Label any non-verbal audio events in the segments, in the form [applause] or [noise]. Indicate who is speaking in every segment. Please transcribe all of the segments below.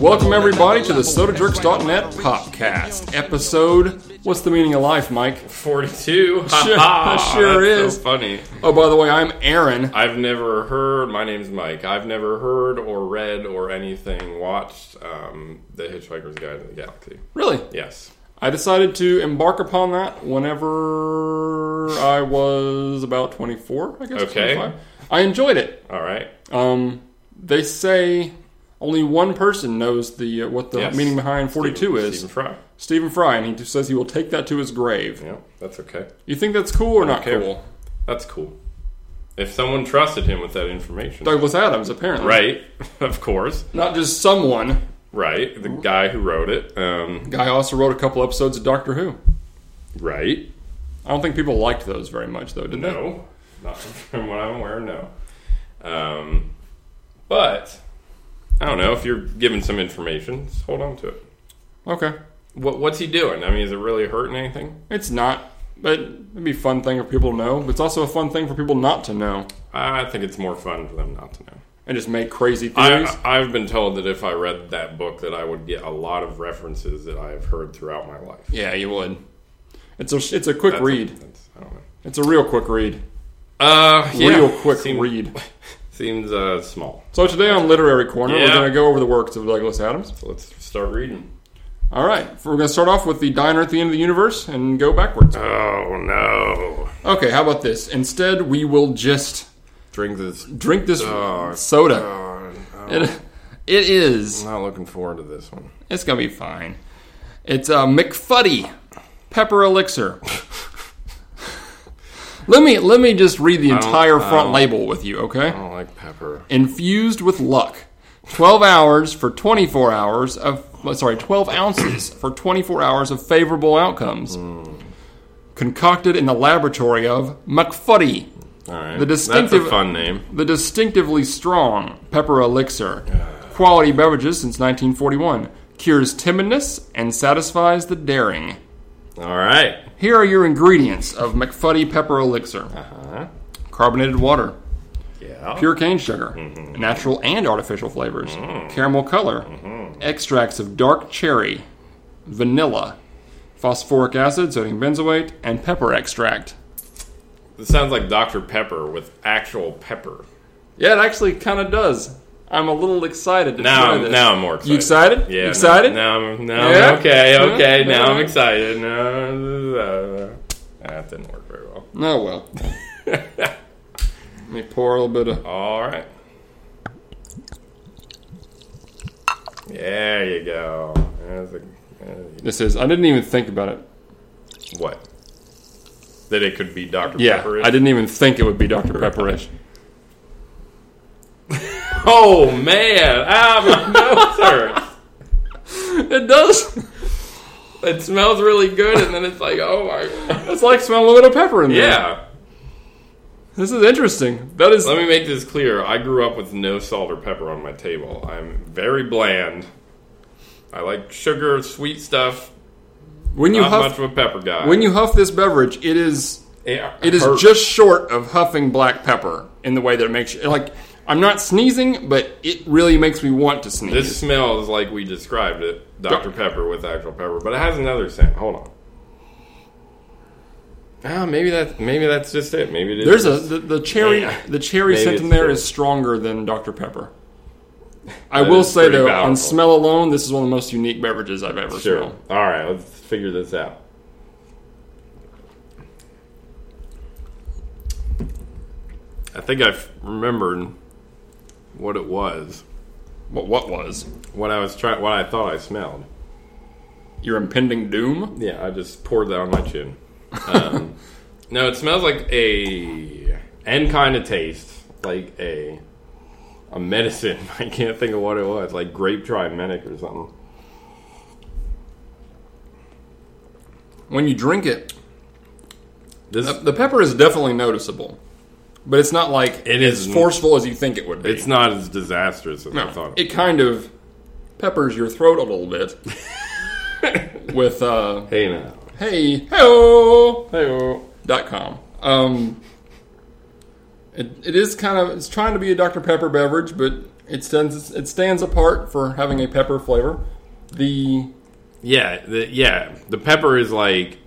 Speaker 1: Welcome, everybody, to the SodaJerks.net podcast episode. What's the meaning of life, Mike? [laughs] Sure-
Speaker 2: 42. Ha ha.
Speaker 1: sure is.
Speaker 2: That's So funny.
Speaker 1: Oh, by the way, I'm Aaron.
Speaker 2: I've never heard. My name's Mike. I've never heard or read or anything watched um, The Hitchhiker's Guide to the Galaxy.
Speaker 1: Really?
Speaker 2: Yes.
Speaker 1: I decided to embark upon that whenever I was about 24, I guess.
Speaker 2: Okay.
Speaker 1: 25. I enjoyed it.
Speaker 2: All right.
Speaker 1: Um, they say only one person knows the uh, what the
Speaker 2: Yes.
Speaker 1: meaning behind 42
Speaker 2: Stephen-
Speaker 1: is.
Speaker 2: Stephen Fry.
Speaker 1: Stephen Fry, and he just says he will take that to his grave.
Speaker 2: Yeah, that's okay.
Speaker 1: You think that's cool or not
Speaker 2: care.
Speaker 1: cool?
Speaker 2: That's cool. If someone trusted him with that information,
Speaker 1: Douglas Adams, apparently.
Speaker 2: right? [laughs] Of course,
Speaker 1: Not just someone.
Speaker 2: right? The guy who wrote it, um,
Speaker 1: Guy also wrote a couple episodes of Doctor Who.
Speaker 2: right?
Speaker 1: I don't think people liked those very much, though, did they?
Speaker 2: No, not [laughs] from what I'm aware. No, um, but I don't know if you're given some information. Just hold on to it.
Speaker 1: Okay.
Speaker 2: What, what's he doing? I mean, is it really hurting anything?
Speaker 1: It's not, but it'd be a fun thing for people to know. But it's also a fun thing for people not to know
Speaker 2: I think it's more fun for them not to know.
Speaker 1: and just make crazy theories.
Speaker 2: I, uh, I've been told that if I read that book, that I would get a lot of references that I have heard throughout my life.
Speaker 1: yeah, you would. It's a, it's a quick
Speaker 2: That's-
Speaker 1: read.
Speaker 2: that's- I don't know.
Speaker 1: It's a real quick read.
Speaker 2: Uh, yeah.
Speaker 1: Real quick
Speaker 2: Seem-
Speaker 1: read.
Speaker 2: [laughs] Seems uh, small.
Speaker 1: So today on Literary Corner, we're
Speaker 2: Yeah.
Speaker 1: going to go over the works of Douglas Adams.
Speaker 2: So let's start reading.
Speaker 1: All right, we're going to start off with the diner at the end of the universe and go backwards.
Speaker 2: Oh no!
Speaker 1: Okay, how about this? Instead, we will just
Speaker 2: Drink this.
Speaker 1: drink this
Speaker 2: Oh,
Speaker 1: soda.
Speaker 2: Oh, I'm
Speaker 1: It, it is.
Speaker 2: not looking forward to this one.
Speaker 1: It's gonna be fine. It's uh, McFuddy pepper elixir. let me let me just read the entire front label with you, okay?
Speaker 2: I don't like pepper.
Speaker 1: Infused with luck. Twelve hours for twenty-four hours of well, sorry, twelve ounces for twenty-four hours of favorable outcomes.
Speaker 2: Hmm.
Speaker 1: Concocted in the laboratory of McFuddy.
Speaker 2: All right.
Speaker 1: The distinctive-
Speaker 2: That's a fun name.
Speaker 1: the distinctively strong pepper elixir. Quality beverages since 1941. Cures timidness and satisfies the daring.
Speaker 2: All right.
Speaker 1: Here are your ingredients of McFuddy pepper elixir
Speaker 2: Uh-huh.
Speaker 1: carbonated water,
Speaker 2: Yeah.
Speaker 1: pure cane sugar,
Speaker 2: Mm-hmm.
Speaker 1: natural and artificial flavors,
Speaker 2: Mm.
Speaker 1: caramel color,
Speaker 2: Mm-hmm.
Speaker 1: extracts of dark cherry, vanilla, phosphoric acid, sodium benzoate, and pepper extract.
Speaker 2: This sounds like Dr. Pepper with actual pepper.
Speaker 1: Yeah, it actually kind of does. I'm a little excited to
Speaker 2: Now,
Speaker 1: try this.
Speaker 2: I'm- now I'm more excited.
Speaker 1: You excited?
Speaker 2: Yeah.
Speaker 1: Excited?
Speaker 2: Now, now, I'm- now I'm
Speaker 1: Yeah?
Speaker 2: okay.
Speaker 1: Yeah?
Speaker 2: Okay. Now I'm
Speaker 1: Alright.
Speaker 2: excited. No. That didn't work very well.
Speaker 1: Oh
Speaker 2: [laughs]
Speaker 1: well. Let me pour a little bit of.
Speaker 2: All right. There you go. There's a, there's
Speaker 1: This is. I didn't even think about it.
Speaker 2: a- what? That it could be Dr.
Speaker 1: Yeah,
Speaker 2: Pepper.
Speaker 1: I didn't even think it would be Dr.
Speaker 2: [laughs]
Speaker 1: Pepperish.
Speaker 2: Oh man! Ah, my [laughs] nose hurts.
Speaker 1: it does.
Speaker 2: It smells really good, and then it's like, oh my.
Speaker 1: It's like smelling a little pepper in there.
Speaker 2: Yeah.
Speaker 1: This is interesting. That is.
Speaker 2: Let me make this clear. I grew up with no salt or pepper on my table. I'm very bland. I like sugar, sweet stuff.
Speaker 1: When you
Speaker 2: Not much
Speaker 1: huff,
Speaker 2: of a pepper guy.
Speaker 1: when you huff this beverage, it is.
Speaker 2: it,
Speaker 1: It is
Speaker 2: hurts.
Speaker 1: just short of huffing black pepper in the way that it makes you like. I'm not sneezing, but it really makes me want to sneeze.
Speaker 2: This smells like we described it, Dr. Pepper with actual pepper, but it has another scent. Hold on. Ah, maybe that maybe that's just it. Maybe it is.
Speaker 1: There's a the, the cherry
Speaker 2: Yeah.
Speaker 1: the cherry
Speaker 2: Maybe
Speaker 1: scent
Speaker 2: it's
Speaker 1: in there
Speaker 2: true.
Speaker 1: is stronger than Dr
Speaker 2: [laughs]
Speaker 1: Pepper. I
Speaker 2: That
Speaker 1: will
Speaker 2: is
Speaker 1: say
Speaker 2: pretty
Speaker 1: though, on
Speaker 2: powerful.
Speaker 1: smell alone, this is one of the most unique beverages I've ever
Speaker 2: sure.
Speaker 1: smelled.
Speaker 2: All right, let's figure this out. I think I f- remembered what it was.
Speaker 1: What what was
Speaker 2: What I was trying. What I thought I smelled.
Speaker 1: your impending doom?
Speaker 2: Yeah, I just poured that on my chin. [laughs] Um, no, it smells like a and kind of taste like a a medicine. [laughs] I can't think of what it was, like grape trimetic or something.
Speaker 1: When you drink it,
Speaker 2: This
Speaker 1: the, the pepper is definitely noticeable, but it's not like
Speaker 2: It
Speaker 1: as
Speaker 2: isn't.
Speaker 1: forceful as you think it would be.
Speaker 2: Mm. it's not as disastrous as I
Speaker 1: no,
Speaker 2: thought.
Speaker 1: it kind of peppers your throat a little
Speaker 2: [laughs]
Speaker 1: bit with uh,
Speaker 2: hey now,
Speaker 1: hey hello.
Speaker 2: hey.
Speaker 1: dot com. Um, it, it is kind of it's trying to be a Dr Pepper beverage, but It stands it stands apart for having a pepper flavor. The
Speaker 2: Yeah, the, yeah. The pepper is like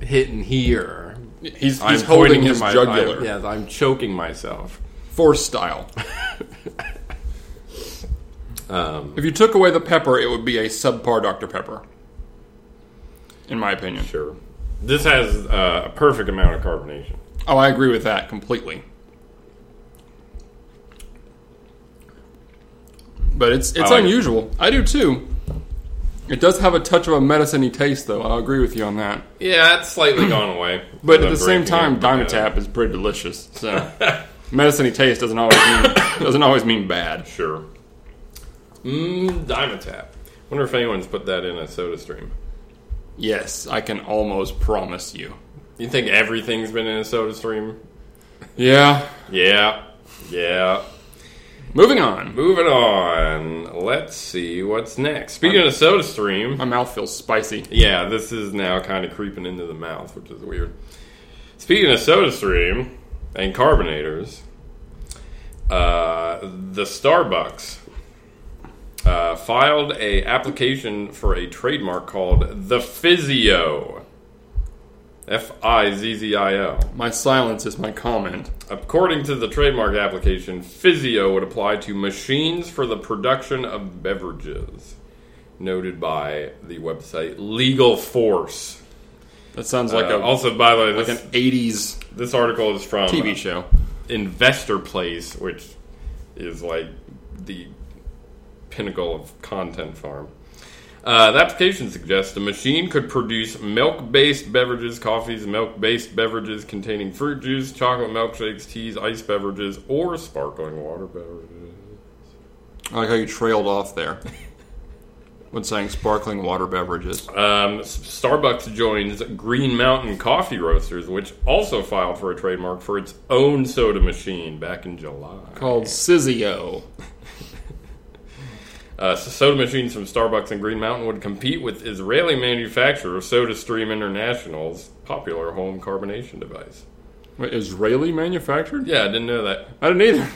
Speaker 2: hitting here.
Speaker 1: he's,
Speaker 2: I'm
Speaker 1: he's holding
Speaker 2: pointing to
Speaker 1: his
Speaker 2: my-
Speaker 1: jugular.
Speaker 2: I, yes, I'm choking myself.
Speaker 1: Force style.
Speaker 2: Um,
Speaker 1: if you took away the pepper, it would be a subpar Dr. Pepper. In my opinion.
Speaker 2: Sure. This has uh, a perfect amount of carbonation.
Speaker 1: Oh, I agree with that completely. But it's it's
Speaker 2: I like it.
Speaker 1: unusual. I do too. It does have a touch of a medicine-y taste, though. I'll agree with you on that.
Speaker 2: Yeah, it's slightly [clears throat] gone away.
Speaker 1: But at
Speaker 2: I'm
Speaker 1: the same
Speaker 2: drinking
Speaker 1: time,
Speaker 2: it.
Speaker 1: Diamond
Speaker 2: Yeah.
Speaker 1: Tap is pretty delicious.
Speaker 2: [laughs]
Speaker 1: So medicine-y taste doesn't always mean, doesn't always mean bad.
Speaker 2: Sure. Mmm, Diamond Tap. Wonder if anyone's put that in a soda stream.
Speaker 1: Yes, I can almost promise you.
Speaker 2: You think everything's been in a soda stream?
Speaker 1: Yeah.
Speaker 2: Yeah. Yeah.
Speaker 1: Moving on.
Speaker 2: Moving on. Let's see what's next. Speaking of soda stream,
Speaker 1: My mouth feels spicy.
Speaker 2: yeah, this is now kind of creeping into the mouth, which is weird. Speaking of soda stream and carbonators, uh, the Starbucks uh, filed a application for a trademark called the Physio. F I Z Z I O.
Speaker 1: My silence is my comment.
Speaker 2: According to the trademark application, physio would apply to machines for the production of beverages, noted by the website Legal Force.
Speaker 1: That sounds like
Speaker 2: Uh,
Speaker 1: a
Speaker 2: also, by the way, this,
Speaker 1: like an '80s
Speaker 2: this article is from
Speaker 1: TV show.
Speaker 2: Investor Place, which is like the pinnacle of content farm. Uh, the application suggests the machine could produce milk based beverages, coffees, milk based beverages containing fruit juice, chocolate milkshakes, teas, ice beverages, or sparkling water beverages.
Speaker 1: I like how you trailed off [laughs] there when saying sparkling water beverages.
Speaker 2: Um, S- Starbucks joins Green Mountain Coffee Roasters, which also filed for a trademark for its own soda machine back in July.
Speaker 1: Called Sizio.
Speaker 2: Uh, so soda machines from Starbucks and Green Mountain would compete with Israeli manufacturer SodaStream International's popular home carbonation device.
Speaker 1: Wait, Israeli manufactured?
Speaker 2: Yeah, I didn't know that.
Speaker 1: I didn't [laughs] either.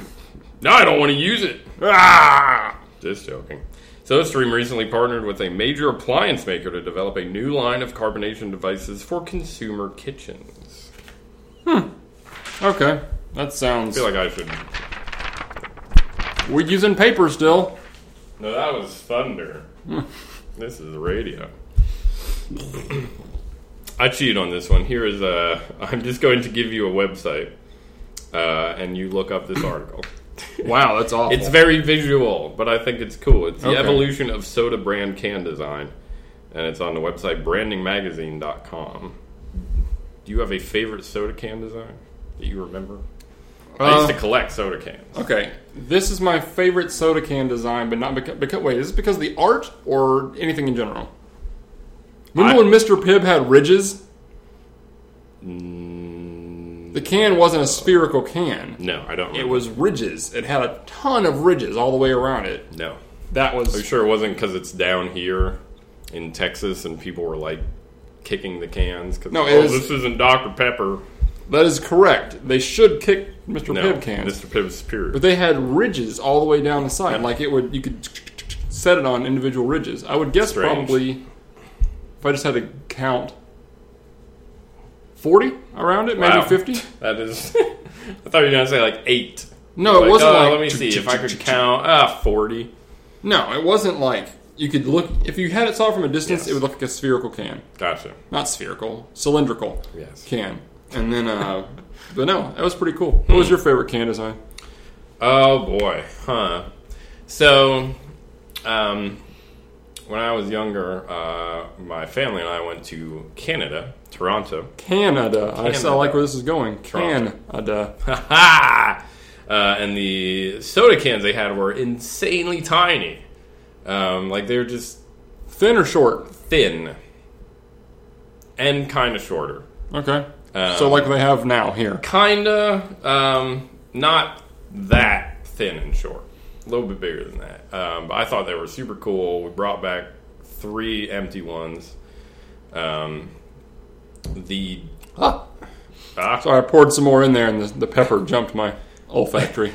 Speaker 2: No, I don't want to use it.
Speaker 1: Ah!
Speaker 2: Just joking. SodaStream recently partnered with a major appliance maker to develop a new line of carbonation devices for consumer kitchens.
Speaker 1: Okay, that
Speaker 2: I
Speaker 1: sounds.
Speaker 2: feel like I should.
Speaker 1: We're using paper still.
Speaker 2: No, that was thunder. [laughs] this is radio. I cheated on this one. Here is a. I'm just going to give you a website, uh, and you look up this article.
Speaker 1: Wow, that's awful.
Speaker 2: It's very visual, but I think it's cool. It's the
Speaker 1: Okay.
Speaker 2: evolution of soda brand can design, and it's on the website brandingmagazine.com. Do you have a favorite soda can design that you remember? I
Speaker 1: Um,
Speaker 2: used to collect soda cans.
Speaker 1: Uh, okay, this is my favorite soda can design, but not because. because wait, is this because of the art or anything in general? Remember
Speaker 2: I-
Speaker 1: when Mr. Pibb had ridges?
Speaker 2: Mm,
Speaker 1: The can wasn't a spherical can.
Speaker 2: no, I don't. Remember.
Speaker 1: It was ridges. It had a ton of ridges all the way around it.
Speaker 2: no.
Speaker 1: That
Speaker 2: Are you
Speaker 1: was
Speaker 2: sure it wasn't because it's down here in Texas and people were like kicking the cans? Cause,
Speaker 1: No, it
Speaker 2: oh,
Speaker 1: is-
Speaker 2: this isn't Dr. Pepper.
Speaker 1: that is correct. They should kick Mr.
Speaker 2: No,
Speaker 1: Pibb cans,
Speaker 2: Mr. Pibb's superior.
Speaker 1: but they had ridges all the way down the side. Like it would, you could set it on individual ridges. I would guess
Speaker 2: Strange.
Speaker 1: probably if I just had to count forty around it, maybe
Speaker 2: Wow.
Speaker 1: fifty.
Speaker 2: That is. [laughs] I thought you were going to say like eight.
Speaker 1: No, it
Speaker 2: Like,
Speaker 1: wasn't
Speaker 2: oh,
Speaker 1: like.
Speaker 2: let me see if I could count. Ah, 40.
Speaker 1: No, it wasn't like you could look if you had it saw it from a distance.
Speaker 2: Yes.
Speaker 1: It would look like a spherical can,
Speaker 2: Gotcha.
Speaker 1: not spherical, cylindrical
Speaker 2: Yes.
Speaker 1: can. And then, uh, [laughs] but no, that was pretty cool. What was
Speaker 2: Hmm.
Speaker 1: your favorite can design?
Speaker 2: Oh boy, huh? So, um, when I was younger, uh, my family and I went to Canada, Toronto.
Speaker 1: Canada. I, s- I like
Speaker 2: Canada.
Speaker 1: where this is going.
Speaker 2: Toronto.
Speaker 1: Canada.
Speaker 2: Ha [laughs] Uh, and the soda cans they had were insanely tiny. Um, like they were just
Speaker 1: Thin or short?
Speaker 2: thin and kind of shorter.
Speaker 1: Okay. so
Speaker 2: Um,
Speaker 1: like they have now here.
Speaker 2: Kinda um, not that thin and short. A little bit bigger than that. Um, but I thought they were super cool. We brought back three empty ones. Um, the
Speaker 1: Ah.
Speaker 2: ah,
Speaker 1: So I poured some more in there, and the, the pepper jumped my olfactory.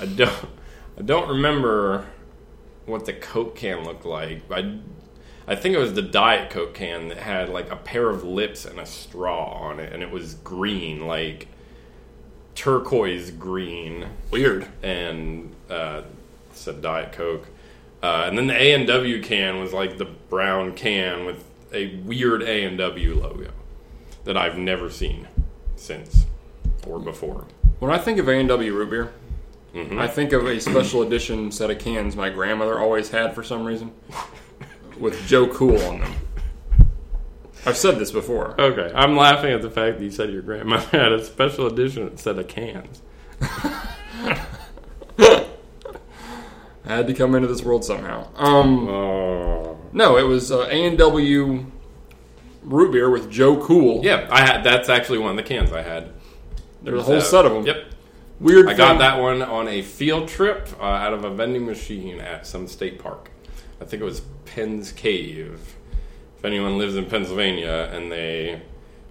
Speaker 2: I don't. I don't remember what the Coke can looked like, but I, I think it was the Diet Coke can that had like a pair of lips and a straw on it, and it was green, like turquoise green,
Speaker 1: Weird.
Speaker 2: and uh, said Diet Coke. Uh, and then the A and W can was like the brown can with a weird A and W logo that I've never seen since or before.
Speaker 1: When I think of A&W root beer,
Speaker 2: Mm-hmm.
Speaker 1: I think of a special edition set of cans my grandmother always had for some reason with Joe Cool on them. I've said this before.
Speaker 2: Okay, I'm laughing at the fact that you said your grandmother [laughs] had a special edition set of cans.
Speaker 1: I had to come into this world somehow. Um,
Speaker 2: Oh.
Speaker 1: no, it was uh, A&W root beer with Joe Cool.
Speaker 2: Yeah, I had. That's actually one of the cans I had.
Speaker 1: There's a whole set of them.
Speaker 2: Yep,
Speaker 1: Weird
Speaker 2: I got
Speaker 1: thing.
Speaker 2: that one on a field trip uh, out of a vending machine at some state park. I think it was Penn's Cave. If anyone lives in Pennsylvania and they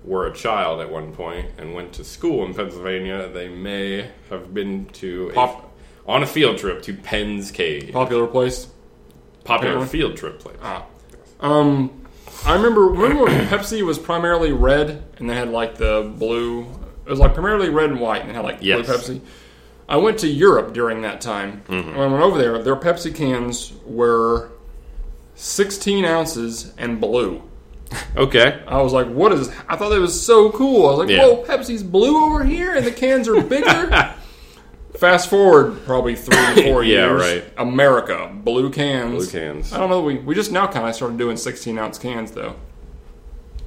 Speaker 2: were a child at one point and went to school in Pennsylvania, they may have been to a-
Speaker 1: Pop-
Speaker 2: on a field trip to Penn's Cave.
Speaker 1: Popular place.
Speaker 2: Popular
Speaker 1: Apparently.
Speaker 2: field trip place.
Speaker 1: Ah. Um, I remember remember
Speaker 2: [clears throat]
Speaker 1: when Pepsi was primarily red, and they had like the blue. It was like primarily red and white, and they had like
Speaker 2: Yes.
Speaker 1: blue Pepsi. I went to Europe during that time.
Speaker 2: Mm-hmm.
Speaker 1: When I went over there, their Pepsi cans were 16 ounces and blue.
Speaker 2: Okay.
Speaker 1: I was like, "What is?" I thought that was so cool. I was like,
Speaker 2: Yeah.
Speaker 1: "Whoa, Pepsi's blue over here, and the cans are
Speaker 2: [laughs]
Speaker 1: bigger." Fast forward probably three to four
Speaker 2: Yeah,
Speaker 1: years.
Speaker 2: right.
Speaker 1: America, blue cans.
Speaker 2: Blue cans.
Speaker 1: I don't know. We we just now kind of started doing 16 ounce cans though.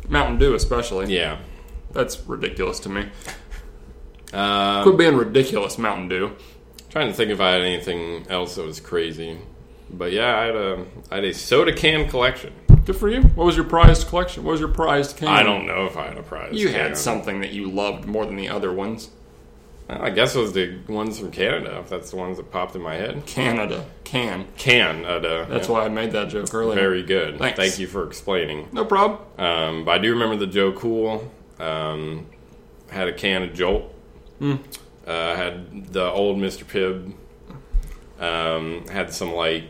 Speaker 1: Mountain Dew especially.
Speaker 2: Yeah.
Speaker 1: That's ridiculous to me.
Speaker 2: Um,
Speaker 1: Quit being ridiculous, Mountain Dew.
Speaker 2: Trying to think if I had anything else that was crazy, but yeah, I had a I had a soda can collection.
Speaker 1: Good for you. What was your prized collection? What was your prized can?
Speaker 2: I don't know if I had a prize.
Speaker 1: You
Speaker 2: can.
Speaker 1: had something that you loved more than the other ones.
Speaker 2: Well, I guess it was the ones from Canada. If that's the ones that popped in my head.
Speaker 1: Canada can.
Speaker 2: Canada.
Speaker 1: That's
Speaker 2: yeah.
Speaker 1: why I made that joke earlier.
Speaker 2: Very good.
Speaker 1: Thanks.
Speaker 2: Thank you for explaining.
Speaker 1: No problem.
Speaker 2: Um, but I do remember the Joe Cool. Um, had a can of Jolt. Uh, had the old Mr. Pibb. Um, had some like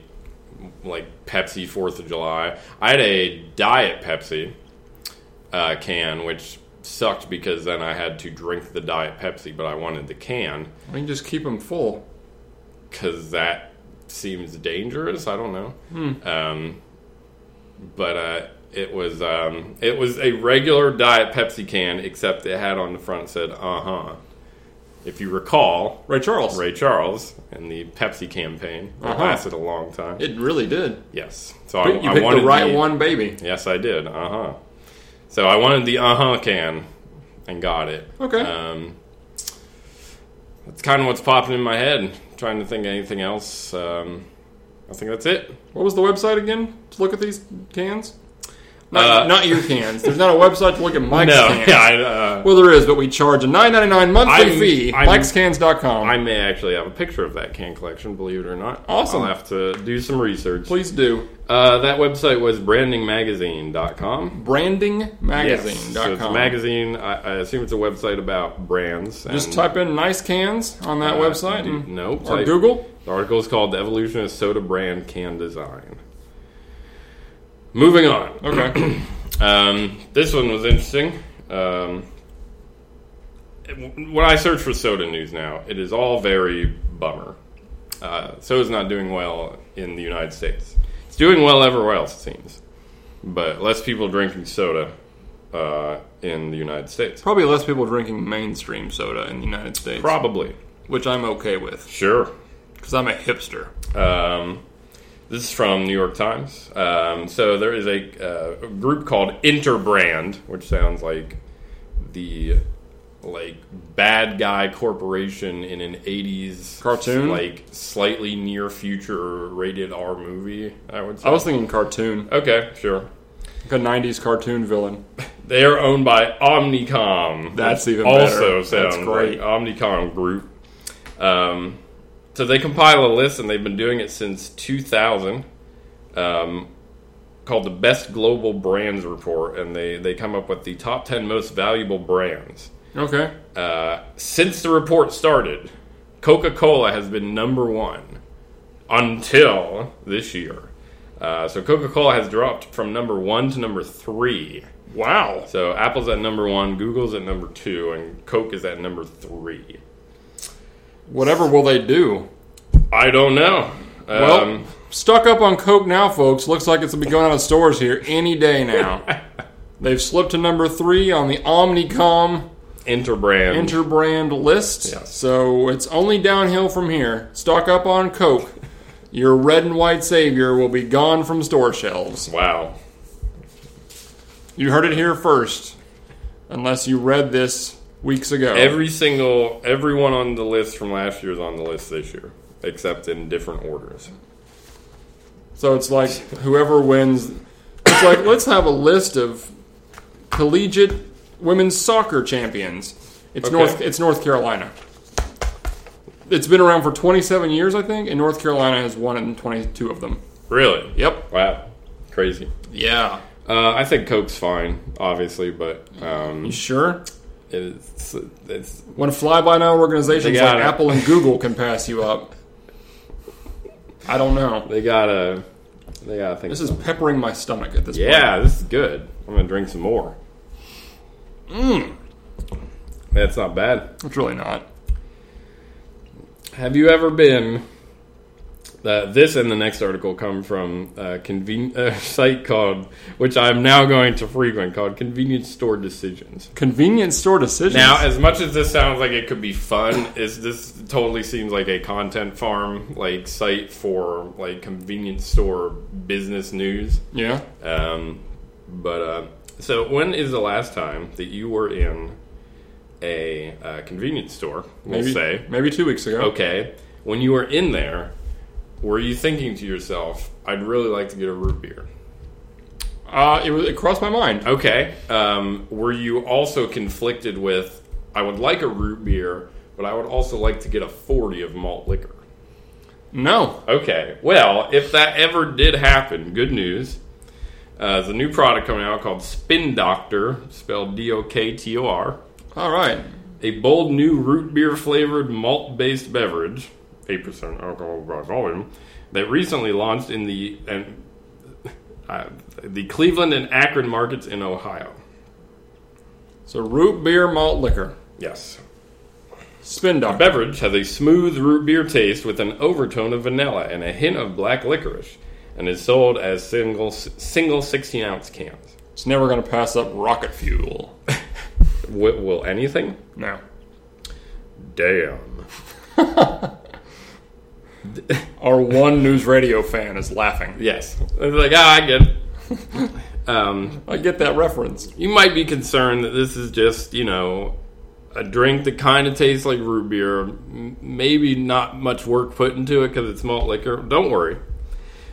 Speaker 2: like Pepsi Fourth of July. I had a Diet Pepsi uh, can, which sucked because then I had to drink the Diet Pepsi, but I wanted the can
Speaker 1: We can just keep them full.
Speaker 2: because that seems dangerous. I don't know.
Speaker 1: Hmm.
Speaker 2: Um, but uh, it was um, it was a regular diet Pepsi can, except it had on the front said "Uh huh." If you recall,
Speaker 1: Ray Charles.
Speaker 2: Ray Charles and the Pepsi campaign that
Speaker 1: Uh-huh.
Speaker 2: lasted a long time.
Speaker 1: It really did.
Speaker 2: yes, so I,
Speaker 1: You
Speaker 2: I
Speaker 1: picked
Speaker 2: wanted
Speaker 1: the right
Speaker 2: the-
Speaker 1: one, baby.
Speaker 2: Yes, I did. Uh huh. So I wanted the uh huh can, and got it.
Speaker 1: Okay.
Speaker 2: Um, that's kind of what's popping in my head. trying to think of anything else. Um, I think that's it.
Speaker 1: What was the website again to look at these cans? Not,
Speaker 2: Uh,
Speaker 1: not your cans. There's not a website to look at Mike's
Speaker 2: [laughs] no,
Speaker 1: cans.
Speaker 2: yeah, I, uh,
Speaker 1: Well, there is, but we charge a nine ninety nine monthly
Speaker 2: I'm-
Speaker 1: fee.
Speaker 2: I'm-
Speaker 1: Mike'sCans.com.
Speaker 2: I may actually have a picture of that can collection. Believe it or not,
Speaker 1: Awesome.
Speaker 2: I'll have to do some research.
Speaker 1: Please do
Speaker 2: Uh, that website was brandingmagazine.com. Yes, so it's a
Speaker 1: brandingmagazine.com.
Speaker 2: magazine. I, I assume it's a website about brands.
Speaker 1: Just
Speaker 2: and,
Speaker 1: type in nice cans on that
Speaker 2: uh,
Speaker 1: website
Speaker 2: do-
Speaker 1: and,
Speaker 2: no,
Speaker 1: or
Speaker 2: type-
Speaker 1: Google.
Speaker 2: The article is called "The Evolution of Soda Brand Can Design." Moving on.
Speaker 1: Okay.
Speaker 2: Um, this one was interesting. Um, when I search for soda news now, it is all very bummer. Uh, soda's not doing well in the United States. It's doing well everywhere else, it seems. But less people drinking soda uh, in the United States.
Speaker 1: Probably less people drinking mainstream soda in the United States,
Speaker 2: Probably.
Speaker 1: which I'm okay with
Speaker 2: Sure.
Speaker 1: because I'm a hipster.
Speaker 2: Um, this is from New York Times. Um, so there is a, uh, group called Interbrand, which sounds like the like bad guy corporation in an '80s
Speaker 1: Cartoon?
Speaker 2: like slightly near future rated R movie. I would say.
Speaker 1: I was thinking cartoon,
Speaker 2: okay, sure.
Speaker 1: like a '90s cartoon villain.
Speaker 2: They are owned by Omnicom.
Speaker 1: That's
Speaker 2: which
Speaker 1: even
Speaker 2: also
Speaker 1: better.
Speaker 2: sounds
Speaker 1: That's great.
Speaker 2: like Omnicom Group. Um, so they compile a list, and they've been doing it since 2000, um, called the Best Global Brands Report, and they they come up with the top 10 most valuable brands.
Speaker 1: Okay.
Speaker 2: Uh, since the report started, Coca Cola has been number one until this year. Uh, so Coca Cola has dropped from number one to number three.
Speaker 1: Wow.
Speaker 2: So Apple's at number one, Google's at number two, and Coke is at number three.
Speaker 1: Whatever will they do?
Speaker 2: I don't know. Um,
Speaker 1: Well, stuck up on Coke now, folks. Looks like it's going to be going out of stores here any day
Speaker 2: [laughs]
Speaker 1: now. They've slipped to number three on the Omnicom
Speaker 2: Interbrand.
Speaker 1: interbrand list.
Speaker 2: Yes.
Speaker 1: So it's only downhill from here. Stock up on Coke. Your red and white savior will be gone from store shelves.
Speaker 2: wow.
Speaker 1: You heard it here first, unless you read this weeks ago.
Speaker 2: Every single, everyone on the list from last year's on the list this year, except in different orders.
Speaker 1: So it's like whoever wins. It's like let's have a list of collegiate women's soccer champions. It's
Speaker 2: Okay.
Speaker 1: North. It's North Carolina. It's been around for 27 years, I think, and North Carolina has won in 22 of them.
Speaker 2: Really?
Speaker 1: Yep.
Speaker 2: Wow. Crazy.
Speaker 1: Yeah.
Speaker 2: Uh, I think Coke's fine, obviously, but um,
Speaker 1: You sure?
Speaker 2: it's, it's
Speaker 1: When fly-by-night organizations
Speaker 2: They got
Speaker 1: like
Speaker 2: it.
Speaker 1: Apple and Google can pass you up, I don't know.
Speaker 2: they gotta they gotta think.
Speaker 1: This is peppering my stomach at this point.
Speaker 2: yeah, this is good. I'm gonna drink some more. Mmm, that's not bad.
Speaker 1: It's really not.
Speaker 2: Have you ever been? Uh, this and the next article come from a conven- [laughs] uh, site called, which I'm now going to frequent, called Convenience Store Decisions.
Speaker 1: Convenience store decisions.
Speaker 2: Now, as much as this sounds like it could be fun, is this totally seems like a content farm like site for like convenience store business news.
Speaker 1: yeah.
Speaker 2: Um, but uh, so, when is the last time that you were in a uh, convenience store? We'll
Speaker 1: Maybe,
Speaker 2: say
Speaker 1: maybe two weeks ago.
Speaker 2: okay. When you were in there, were you thinking to yourself, "I'd really like to get a root beer"?
Speaker 1: Uh, it, was, it crossed my mind.
Speaker 2: Okay. Um, were you also conflicted with, "I would like a root beer, but I would also like to get a forty of malt liquor"?
Speaker 1: No.
Speaker 2: Okay. Well, if that ever did happen, good news. Uh, there's a new product coming out called Spin Doctor, spelled D O K T O R.
Speaker 1: All right.
Speaker 2: A bold new root beer flavored malt based beverage, 8% alcohol by volume, that recently launched in the and [laughs] uh, the Cleveland and Akron markets in Ohio.
Speaker 1: So root beer malt liquor.
Speaker 2: Yes.
Speaker 1: Spin
Speaker 2: The
Speaker 1: doctor.
Speaker 2: beverage has a smooth root beer taste with an overtone of vanilla and a hint of black licorice and is sold as single single 16 ounce cans.
Speaker 1: It's never going to pass up rocket fuel. [laughs]
Speaker 2: W- will anything?
Speaker 1: No.
Speaker 2: Damn.
Speaker 1: Our one news radio fan is laughing.
Speaker 2: Yes. It's like, ah, I get it. [laughs] Um,
Speaker 1: I get that reference.
Speaker 2: you might be concerned that this is just you know a drink that kind of tastes like root beer M- maybe not much work put into it because it's malt liquor don't worry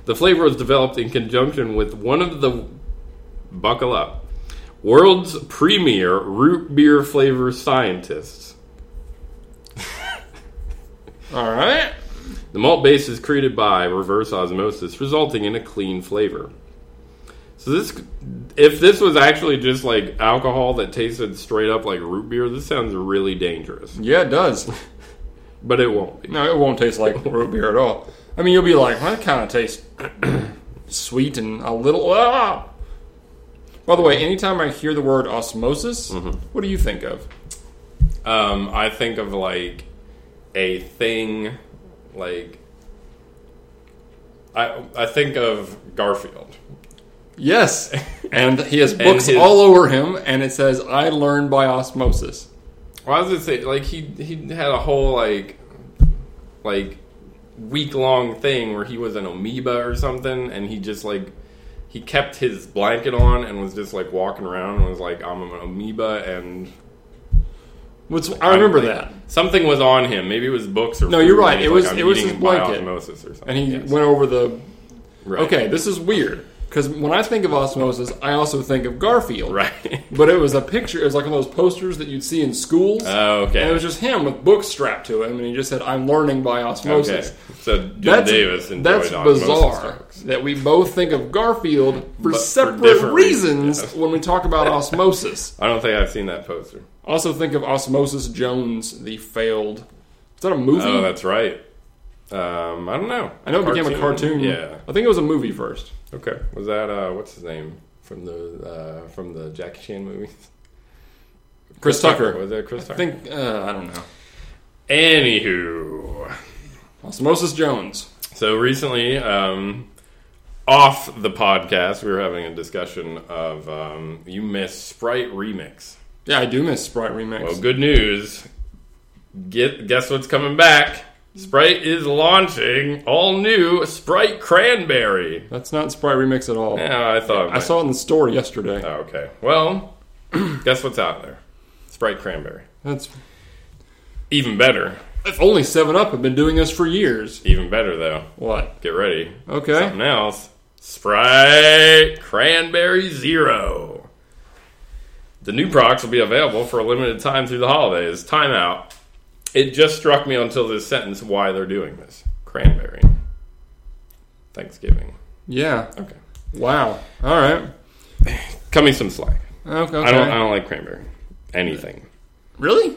Speaker 2: the flavor was developed in conjunction with one of the buckle up world's premier root beer flavor scientists
Speaker 1: All right.
Speaker 2: The malt base is created by reverse osmosis, resulting in a clean flavor. So this, if this was actually just like alcohol that tasted straight up like root beer, this sounds really dangerous.
Speaker 1: Yeah, it does.
Speaker 2: But it won't be.
Speaker 1: No, it won't taste like root beer at all. I mean, you'll be like, well, that kind of tastes [clears throat] sweet and a little. Ah! By the way, anytime I hear the word osmosis, what do you think of?
Speaker 2: Um, I think of like a thing, like I I think of Garfield. [laughs]
Speaker 1: Yes. And he has books
Speaker 2: his-
Speaker 1: all over him, and it says, I learned by osmosis.
Speaker 2: Why does it say like he he had a whole like like week long thing where he was an amoeba or something and he just like he kept his blanket on and was just like walking around and was like I'm an amoeba and
Speaker 1: What's, I remember
Speaker 2: like,
Speaker 1: that.
Speaker 2: something was on him maybe it was books or
Speaker 1: No, you're
Speaker 2: food,
Speaker 1: right.
Speaker 2: and
Speaker 1: It
Speaker 2: he's
Speaker 1: was-
Speaker 2: like, "I'm
Speaker 1: it was
Speaker 2: eating
Speaker 1: his
Speaker 2: by
Speaker 1: blanket."
Speaker 2: osmosis or something
Speaker 1: And he
Speaker 2: Yes.
Speaker 1: went over the.
Speaker 2: Right.
Speaker 1: Okay, this is weird. Because when I think of osmosis, I also think of Garfield.
Speaker 2: [laughs] right
Speaker 1: But it was a picture, it was like one of those posters that you'd see in schools.
Speaker 2: oh
Speaker 1: and it
Speaker 2: okay
Speaker 1: was just him with books strapped to him, and he just said, I'm learning by
Speaker 2: okay
Speaker 1: osmosis.
Speaker 2: so John
Speaker 1: That's,
Speaker 2: Davis enjoyed
Speaker 1: that's
Speaker 2: osmosis
Speaker 1: bizarre
Speaker 2: books.
Speaker 1: that we both think of Garfield for
Speaker 2: for
Speaker 1: separate
Speaker 2: different reasons,
Speaker 1: reasons when we talk
Speaker 2: [laughs]
Speaker 1: about osmosis.
Speaker 2: I don't think I've seen that poster
Speaker 1: Also, think of Osmosis Jones, the failed. Is that a movie?
Speaker 2: oh that's right Um, I don't know.
Speaker 1: I know it became a cartoon.
Speaker 2: Yeah.
Speaker 1: I think it was a movie first.
Speaker 2: Okay. Was that uh, what's his name from the uh, from the Jackie Chan [laughs] movies?
Speaker 1: Chris Tucker.
Speaker 2: Was that Chris
Speaker 1: I
Speaker 2: Tucker?
Speaker 1: think uh, I don't know.
Speaker 2: Anywho,
Speaker 1: Osmosis Jones.
Speaker 2: so recently, um, off the podcast, we were having a discussion of um, you miss Sprite remix.
Speaker 1: Yeah, I do miss Sprite Remix.
Speaker 2: Well, good news. Get guess what's coming back. Sprite is launching all new Sprite Cranberry.
Speaker 1: That's not Sprite Remix at all.
Speaker 2: Yeah, I thought. it
Speaker 1: I
Speaker 2: might-
Speaker 1: saw it in the store yesterday.
Speaker 2: Oh, okay. Well, [clears throat] guess what's out there? Sprite Cranberry.
Speaker 1: That's
Speaker 2: Even better.
Speaker 1: if only Seven Up had been doing this for years.
Speaker 2: Even better though.
Speaker 1: What?
Speaker 2: Get ready.
Speaker 1: Okay.
Speaker 2: Something else. Sprite Cranberry Zero. The new products will be available for a limited time through the holidays. Time out. It just struck me until this sentence why they're doing this. Cranberry. Thanksgiving.
Speaker 1: Yeah.
Speaker 2: Okay.
Speaker 1: Wow. All right.
Speaker 2: Cut me some slack.
Speaker 1: Okay.
Speaker 2: I don't I don't like cranberry. Anything.
Speaker 1: really?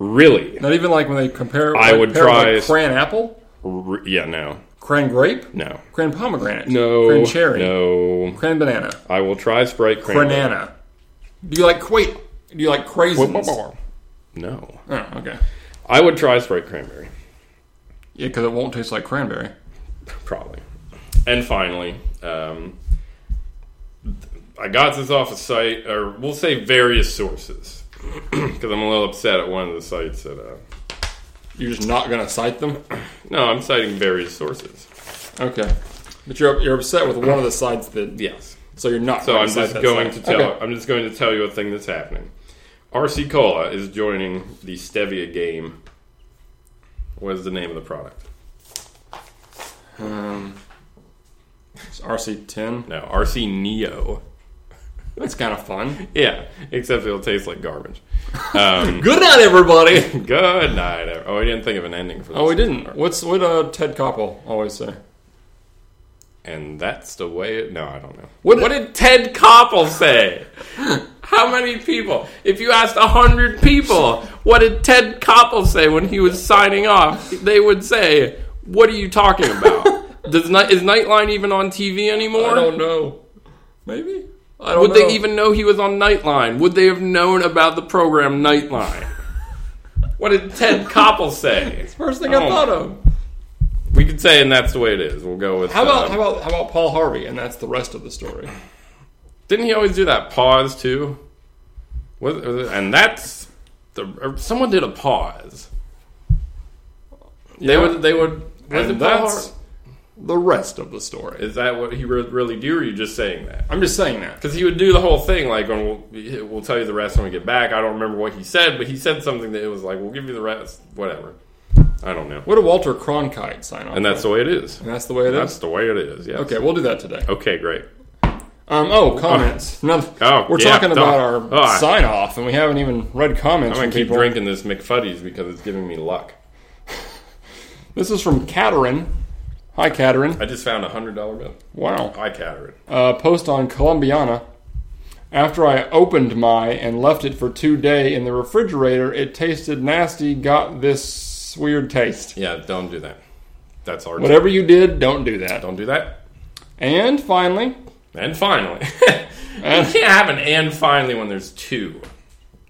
Speaker 2: Really?
Speaker 1: Not even like when they compare.
Speaker 2: I
Speaker 1: like,
Speaker 2: would
Speaker 1: pair it with,
Speaker 2: try-
Speaker 1: like cran apple,
Speaker 2: R- yeah, no.
Speaker 1: cran grape,
Speaker 2: No.
Speaker 1: cran pomegranate,
Speaker 2: No.
Speaker 1: cran cherry,
Speaker 2: No.
Speaker 1: cran banana,
Speaker 2: I will try Sprite cranberry.
Speaker 1: banana. Do you like quake? Do you like craisins? Oh,
Speaker 2: No.
Speaker 1: okay.
Speaker 2: I would try Sprite cranberry.
Speaker 1: Yeah, because it won't taste like cranberry.
Speaker 2: Probably. And finally, um, I got this off a site, or we'll say various sources, [clears throat] because I'm a little upset at one of the sites that. Uh,
Speaker 1: You're just not gonna cite them. [clears throat]
Speaker 2: no, I'm citing various sources.
Speaker 1: Okay. But you're you're upset with one of the sides that
Speaker 2: Yes.
Speaker 1: So you're not.
Speaker 2: So
Speaker 1: gonna
Speaker 2: I'm
Speaker 1: cite
Speaker 2: just
Speaker 1: that
Speaker 2: going to
Speaker 1: side.
Speaker 2: tell.
Speaker 1: Okay.
Speaker 2: I'm just going to tell you a thing that's happening. RC Cola is joining the stevia game. What is the name of the product?
Speaker 1: Um, It's RC10.
Speaker 2: No, RC Neo.
Speaker 1: That's kind of fun.
Speaker 2: [laughs] Yeah, except it'll taste like garbage. Um, [laughs]
Speaker 1: Good night, [laughs] everybody.
Speaker 2: good night. ev- Oh, I didn't think of an ending for this.
Speaker 1: Oh, we didn't. What's what uh, Ted Koppel always say?
Speaker 2: And that's the way it. No, I don't know.
Speaker 1: What-
Speaker 2: What, did Ted Koppel say? How many people? If you asked 100 people, what did Ted Koppel say when he was signing off? They would say, What are you
Speaker 1: [laughs]
Speaker 2: talking about? Does night, is Nightline even on TV anymore?
Speaker 1: I don't know. Maybe. I don't
Speaker 2: Would
Speaker 1: know.
Speaker 2: they even know he was on Nightline? Would they have known about the program Nightline? what did Ted Koppel say?
Speaker 1: First thing
Speaker 2: I
Speaker 1: I
Speaker 2: don't
Speaker 1: thought of.
Speaker 2: We could say, and that's the way it is. We'll go with.
Speaker 1: How about
Speaker 2: um,
Speaker 1: how about how about Paul Harvey? And that's the rest of the story.
Speaker 2: Didn't he always do that pause too? Was, was it, and that's the or someone did a pause. They would. They would. Was
Speaker 1: And
Speaker 2: it Paul
Speaker 1: that's
Speaker 2: Har-
Speaker 1: the rest of the story.
Speaker 2: Is that what he re- really do? Or are you just saying that?
Speaker 1: I'm just saying that.
Speaker 2: Because he would do the whole thing like when we'll, we'll tell you the rest when we get back. I don't remember what he said, but he said something that it was like we'll give you the rest, whatever. I don't know.
Speaker 1: What did Walter Cronkite sign off?
Speaker 2: And that's the way it is.
Speaker 1: and that's the way it
Speaker 2: That's
Speaker 1: is.
Speaker 2: the way it is. Yeah.
Speaker 1: Okay, we'll do that today.
Speaker 2: Okay. Great.
Speaker 1: Um, oh, comments. No,
Speaker 2: Oh,
Speaker 1: we're
Speaker 2: yeah,
Speaker 1: talking about our
Speaker 2: don't- oh, I-
Speaker 1: sign off, and we haven't even read comments
Speaker 2: I'm
Speaker 1: from
Speaker 2: gonna keep
Speaker 1: people.
Speaker 2: drinking this McFuddies because it's giving me luck.
Speaker 1: This is from Katarin. Hi, Katarin.
Speaker 2: I just found a hundred dollar bill.
Speaker 1: Wow.
Speaker 2: Hi, Catherine.
Speaker 1: uh, post on Columbiana. After I opened my and left it for two day in the refrigerator, it tasted nasty. Got this weird taste.
Speaker 2: Yeah, don't do that. That's our
Speaker 1: Whatever you did, don't do that.
Speaker 2: Don't do that.
Speaker 1: And finally,
Speaker 2: And finally, [laughs] you can't have an and finally when there's two.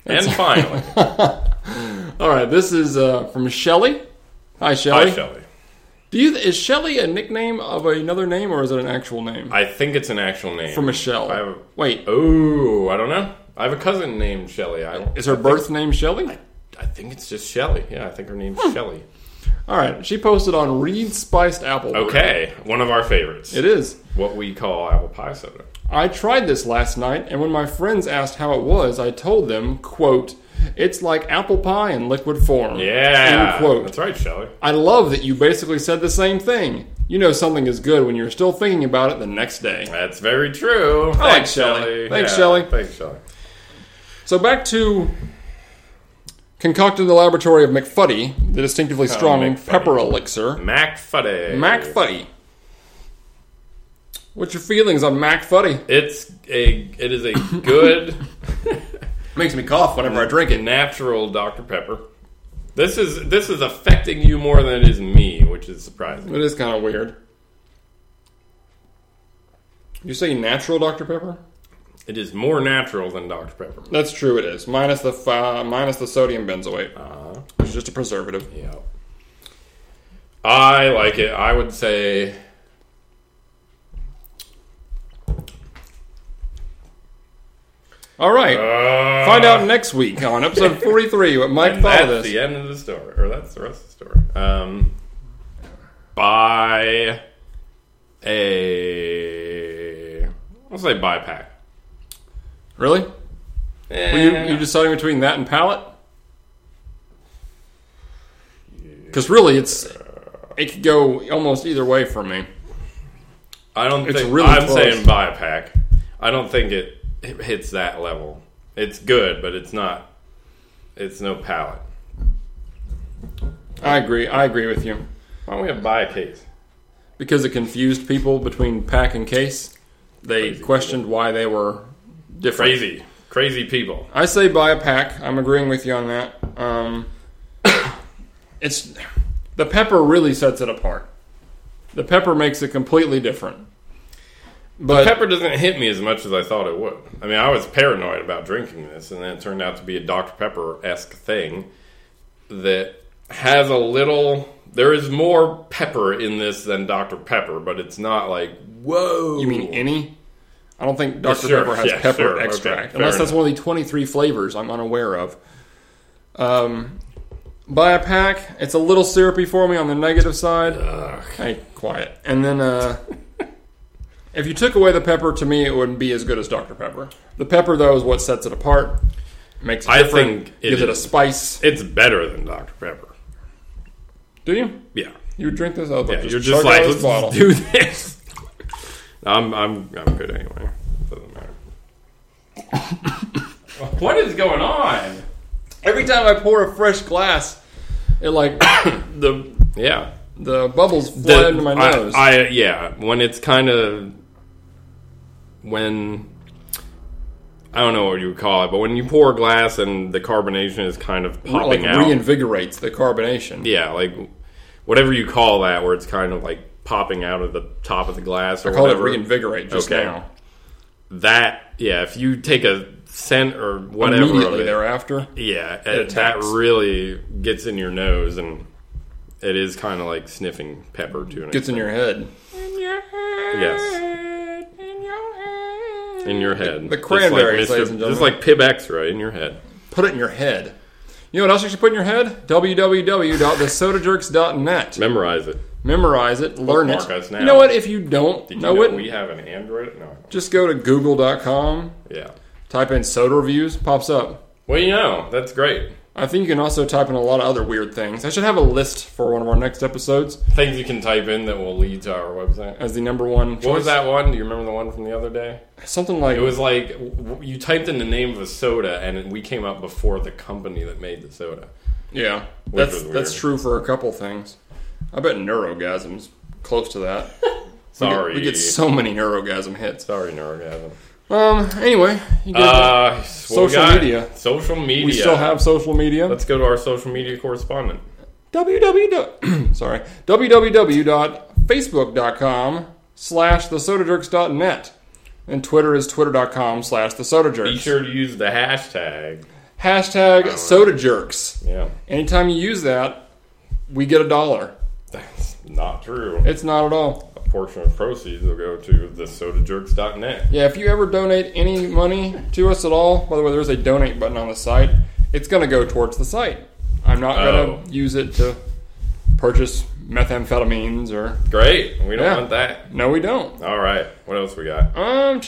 Speaker 2: and
Speaker 1: [laughs]
Speaker 2: finally,
Speaker 1: all right, this is uh, from Shelly. Hi, Shelly.
Speaker 2: Hi, Shelley.
Speaker 1: Do you is Shelly a nickname of another name or is it an actual name?
Speaker 2: I think it's an actual name.
Speaker 1: from Michelle.
Speaker 2: I have a-
Speaker 1: Wait,
Speaker 2: oh, I don't know. I have a cousin named Shelly. I don't.
Speaker 1: is her birth name Shelly?
Speaker 2: I think it's just Shelly. Yeah, I think her name's Shelly.
Speaker 1: All right, she posted on Reed Spiced Apple.
Speaker 2: Okay, one of our favorites.
Speaker 1: It is.
Speaker 2: What we call apple pie soda.
Speaker 1: I tried this last night, and when my friends asked how it was, I told them, quote, it's like apple pie in liquid form.
Speaker 2: Yeah.
Speaker 1: End quote.
Speaker 2: That's right, Shelly.
Speaker 1: I love that you basically said the same thing. You know something is good when you're still thinking about it the next day.
Speaker 2: That's very true.
Speaker 1: like
Speaker 2: Thanks,
Speaker 1: Shelley.
Speaker 2: Shelley.
Speaker 1: Thanks, Shelley.
Speaker 2: Thanks, Shelly.
Speaker 1: So back to concocted in the laboratory of McFuddy, the distinctively strong
Speaker 2: McFuddy.
Speaker 1: pepper elixir.
Speaker 2: Mac Fuddy.
Speaker 1: McFuddy. What's your feelings on McFuddy?
Speaker 2: It's a it is a
Speaker 1: [laughs]
Speaker 2: good
Speaker 1: Makes me cough whenever I drink it.
Speaker 2: natural Dr Pepper. This is this is affecting you more than it is me, which which is surprising.
Speaker 1: It is kind of weird. You say natural Dr. Pepper?
Speaker 2: It is more natural than Dr. Pepper.
Speaker 1: That's true. It is minus the fi- minus the sodium benzoate,
Speaker 2: Uh,
Speaker 1: which is just a preservative.
Speaker 2: yeah. I like it. I would say.
Speaker 1: All right.
Speaker 2: Uh,
Speaker 1: Find out next week on episode 43 what Mike [laughs]
Speaker 2: And
Speaker 1: thought
Speaker 2: that's
Speaker 1: of this.
Speaker 2: the end of the story, or that's the rest of the story. Um, buy a. I'll say buy a pack.
Speaker 1: Really?
Speaker 2: Eh,
Speaker 1: Were you, you deciding between that and palette? Because really, it's it could go almost either way for me.
Speaker 2: I don't
Speaker 1: it's
Speaker 2: think.
Speaker 1: really
Speaker 2: I'm
Speaker 1: close.
Speaker 2: saying buy a pack. I don't think it, it hits that level. It's good, but it's not. It's no palate.
Speaker 1: I agree. I agree with you
Speaker 2: Why don't we have buy a case?
Speaker 1: because it confused people between pack and case. They
Speaker 2: Crazy
Speaker 1: questioned why they were different.
Speaker 2: Crazy, crazy people.
Speaker 1: I say buy a pack. I'm agreeing with you on that. Um, [coughs] it's the pepper really sets it apart. The pepper makes it completely different. But
Speaker 2: Pepper doesn't hit me as much as I thought it would. I mean, I was paranoid about drinking this, and then it turned out to be a Dr. Pepper esque thing that has a little. There is more pepper in this than Dr. Pepper, but it's not like, whoa.
Speaker 1: you mean any? I don't think Dr.
Speaker 2: sure.
Speaker 1: Pepper has
Speaker 2: Yeah,
Speaker 1: pepper
Speaker 2: sure. Okay.
Speaker 1: extract,
Speaker 2: Fair
Speaker 1: unless that's one of the 23 flavors I'm unaware of. Um, buy a pack. It's a little syrupy for me on the negative side.
Speaker 2: Ugh.
Speaker 1: Hey, quiet. And then, uh, [laughs] if you took away the pepper, to me, it wouldn't be as good as Dr. Pepper. The pepper, though, is what sets it apart, makes it
Speaker 2: I
Speaker 1: different,
Speaker 2: think it
Speaker 1: gives it a
Speaker 2: is.
Speaker 1: spice.
Speaker 2: It's better than Dr. Pepper.
Speaker 1: Do you?
Speaker 2: Yeah.
Speaker 1: You would drink this? Oh,
Speaker 2: yeah you're just like, [laughs] let's
Speaker 1: bottle.
Speaker 2: do this. [laughs] I'm, I'm, I'm good anyway. Doesn't matter. [coughs] what is going on?
Speaker 1: Every time I pour a fresh glass, it like [coughs]
Speaker 2: The yeah.
Speaker 1: the bubbles fly into my
Speaker 2: I-
Speaker 1: nose.
Speaker 2: I, yeah, when it's kind of when I don't know what you would call it, but when you pour a glass and the carbonation is kind of
Speaker 1: It, like
Speaker 2: popping out.
Speaker 1: reinvigorates the carbonation.
Speaker 2: yeah, like whatever you call that, where it's kind of like popping out of the top of the glass or
Speaker 1: I called it
Speaker 2: whatever.
Speaker 1: reinvigorate just
Speaker 2: Okay.
Speaker 1: now.
Speaker 2: that yeah, if you take a scent or whatever, of
Speaker 1: Immediately
Speaker 2: it,
Speaker 1: thereafter,
Speaker 2: yeah, that
Speaker 1: attacks.
Speaker 2: really gets in your nose and. It is kind of like sniffing pepper to an
Speaker 1: gets in your head.
Speaker 2: Yes. In your head.
Speaker 1: The
Speaker 2: Just
Speaker 1: cranberries,
Speaker 2: like
Speaker 1: ladies and
Speaker 2: Just
Speaker 1: gentlemen.
Speaker 2: like Pib Extra in your head.
Speaker 1: Put it in your head. You know what else you should put in your head? www.thesodajerks.net.
Speaker 2: Memorize it.
Speaker 1: Memorize it, learn it.
Speaker 2: Bookmark us now.
Speaker 1: You know what? If you don't
Speaker 2: You
Speaker 1: know, it,
Speaker 2: We have an Android? No.
Speaker 1: just go to google.com,
Speaker 2: Yeah.
Speaker 1: type in soda reviews, pops up.
Speaker 2: Well, you know, that's great.
Speaker 1: I think you can also type in a lot of other weird things. I should have a list for one of our next episodes
Speaker 2: Things you can type in that will lead to our website.
Speaker 1: as the number one.
Speaker 2: What was
Speaker 1: choice.
Speaker 2: that one? Do you remember the one from the other day?
Speaker 1: Something like
Speaker 2: It was like w- w- you typed in the name of a soda, and we came up before the company that made the soda.
Speaker 1: Yeah,
Speaker 2: Which
Speaker 1: that's
Speaker 2: was
Speaker 1: that's
Speaker 2: weird.
Speaker 1: true for a couple things. I bet neurogasm's close to that. [laughs]
Speaker 2: Sorry,
Speaker 1: we get so many neurogasm hits.
Speaker 2: sorry, Neurogasm.
Speaker 1: Um. Anyway, you get
Speaker 2: Uh, so we
Speaker 1: Social
Speaker 2: got-
Speaker 1: media.
Speaker 2: Social media.
Speaker 1: we still have social media.
Speaker 2: Let's go to our social media correspondent.
Speaker 1: www. [clears throat] sorry, www.facebook.com slash thesodajerks.net. And Twitter is twitter.com slash
Speaker 2: Be
Speaker 1: thesodajerks.
Speaker 2: sure to use the hashtag.
Speaker 1: Hashtag sodajerks.
Speaker 2: Yeah,
Speaker 1: Anytime you use that, we get a dollar.
Speaker 2: that's not true.
Speaker 1: It's not at all.
Speaker 2: A portion of proceeds will go to the sodajerks.net.
Speaker 1: Yeah, if you ever donate any money to us at all, by the way, there's a donate button on the site. It's going to go towards the site. I'm not
Speaker 2: Oh.
Speaker 1: going to use it to purchase methamphetamines or.
Speaker 2: Great. We don't
Speaker 1: Yeah.
Speaker 2: want that.
Speaker 1: No, we don't.
Speaker 2: All right. What else we got?
Speaker 1: Um.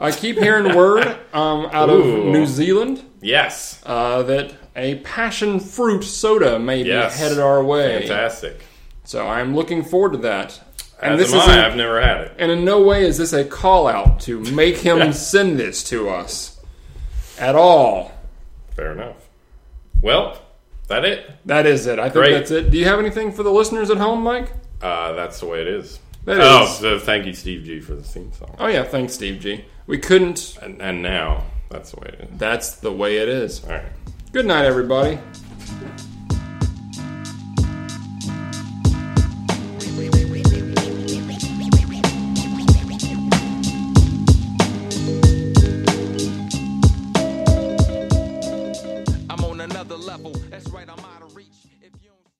Speaker 1: I keep
Speaker 2: [laughs]
Speaker 1: hearing word um, out of
Speaker 2: Ooh.
Speaker 1: New Zealand
Speaker 2: Yes.
Speaker 1: uh, that a passion fruit soda may
Speaker 2: Yes.
Speaker 1: be headed our way.
Speaker 2: Fantastic.
Speaker 1: So I'm looking forward to that.
Speaker 2: As am
Speaker 1: is
Speaker 2: I.
Speaker 1: in-
Speaker 2: I've never had it.
Speaker 1: And in no way is this a call out to make him send this to us at all.
Speaker 2: Fair enough. Well, that it.
Speaker 1: That is it. I think
Speaker 2: Great.
Speaker 1: that's it. Do you have anything for the listeners at home, Mike?
Speaker 2: Uh, that's the way it is.
Speaker 1: That
Speaker 2: oh,
Speaker 1: is-
Speaker 2: so thank you, Steve G, for the theme song.
Speaker 1: Oh, yeah. Thanks, Steve G. We couldn't.
Speaker 2: And, and now, that's the way it is.
Speaker 1: That's the way it is.
Speaker 2: All right.
Speaker 1: Good night, everybody.
Speaker 2: Yeah.